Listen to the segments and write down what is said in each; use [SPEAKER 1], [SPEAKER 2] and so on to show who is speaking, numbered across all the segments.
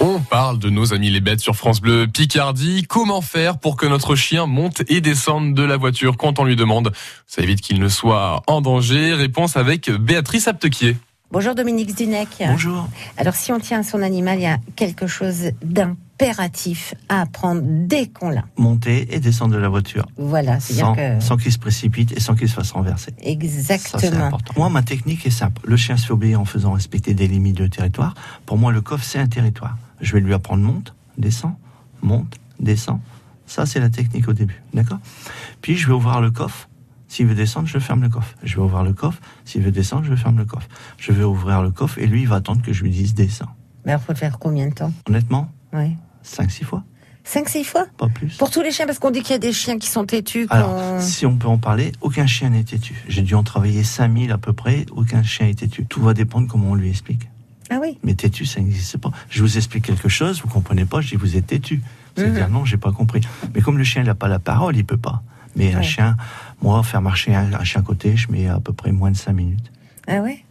[SPEAKER 1] On parle de nos amis les bêtes sur France Bleu Picardie. Comment faire pour que notre chien monte et descende de la voiture quand on lui demande Ça évite qu'il ne soit en danger. Réponse avec Béatrice Aptequier.
[SPEAKER 2] Bonjour Dominique Zunec.
[SPEAKER 3] Bonjour.
[SPEAKER 2] Alors si on tient à son animal, il y a quelque chose d'impératif à apprendre dès qu'on l'a.
[SPEAKER 3] Monter et descendre de la voiture.
[SPEAKER 2] Voilà, Ah, c'est-à-dire
[SPEAKER 3] Sans,
[SPEAKER 2] que...
[SPEAKER 3] sans qu'il se précipite et sans qu'il se fasse renverser. Ça, c'est
[SPEAKER 2] Exactement.
[SPEAKER 3] important. Moi, ma technique est simple. Le chien se fait obéir en faisant respecter des limites de territoire. Pour moi, le coffre, c'est un territoire. Je vais lui apprendre monte, descend, monte, descend. Ça, c'est la technique au début. D'accord Puis, je vais ouvrir le coffre. S'il veut descendre, je ferme le coffre. Je vais ouvrir le coffre. S'il veut descendre, je ferme le coffre. Je vais ouvrir le coffre et lui, il va attendre que je lui dise descend.
[SPEAKER 2] Mais alors, faut le faire combien de temps
[SPEAKER 3] Honnêtement,
[SPEAKER 2] ouais.
[SPEAKER 3] 5-6 fois,
[SPEAKER 2] 5-6 fois
[SPEAKER 3] pas plus.
[SPEAKER 2] Pour tous les chiens, parce qu'on dit qu'il y a des chiens qui sont têtus. qu'on-
[SPEAKER 3] Alors, si on peut en parler, aucun chien n'est têtu. J'ai dû en travailler 5000 à peu près, aucun chien est têtu. Tout va dépendre comment on lui explique.
[SPEAKER 2] Ah oui,
[SPEAKER 3] Mais têtu, ça n'existe pas. Je vous explique quelque chose, vous comprenez pas, je dis vous êtes têtu. Vous allez
[SPEAKER 2] Mhm.
[SPEAKER 3] dire non, j'ai pas compris. Mais comme le chien n'a pas la parole, il peut pas. Mais un
[SPEAKER 2] Ouais.
[SPEAKER 3] chien, moi, faire marcher un, un chien à côté, je mets à peu près moins de 5 minutes.
[SPEAKER 2] ah ouais.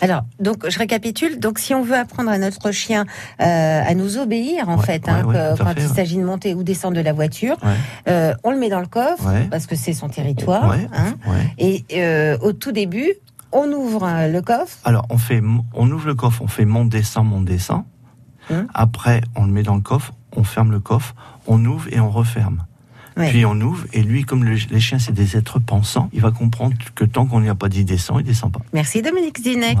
[SPEAKER 2] Alors, donc, je récapitule. Donc, si on veut apprendre à notre chien euh, à nous obéir, en
[SPEAKER 3] Ouais,
[SPEAKER 2] fait,
[SPEAKER 3] ouais,
[SPEAKER 2] hein,
[SPEAKER 3] ouais,
[SPEAKER 2] que-
[SPEAKER 3] tout à
[SPEAKER 2] quand
[SPEAKER 3] fait,
[SPEAKER 2] il
[SPEAKER 3] ouais.
[SPEAKER 2] s'agit de monter ou descendre de la voiture,
[SPEAKER 3] Ouais.
[SPEAKER 2] euh, on le met dans le coffre,
[SPEAKER 3] Ouais.
[SPEAKER 2] parce que c'est son territoire.
[SPEAKER 3] Ouais,
[SPEAKER 2] hein.
[SPEAKER 3] ouais.
[SPEAKER 2] Et euh, au tout début, on ouvre euh, le coffre.
[SPEAKER 3] Alors, on, fait, mon- on ouvre le coffre, on fait monte, descend, monte, descend.
[SPEAKER 2] Hum.
[SPEAKER 3] Après, on le met dans le coffre, on ferme le coffre, on ouvre et on referme.
[SPEAKER 2] Ouais.
[SPEAKER 3] Puis on ouvre, et lui, comme le- les chiens, c'est des êtres pensants, il va comprendre que tant qu'on n'y a pas dit descend, il descend pas.
[SPEAKER 2] Merci Dominique Zinec.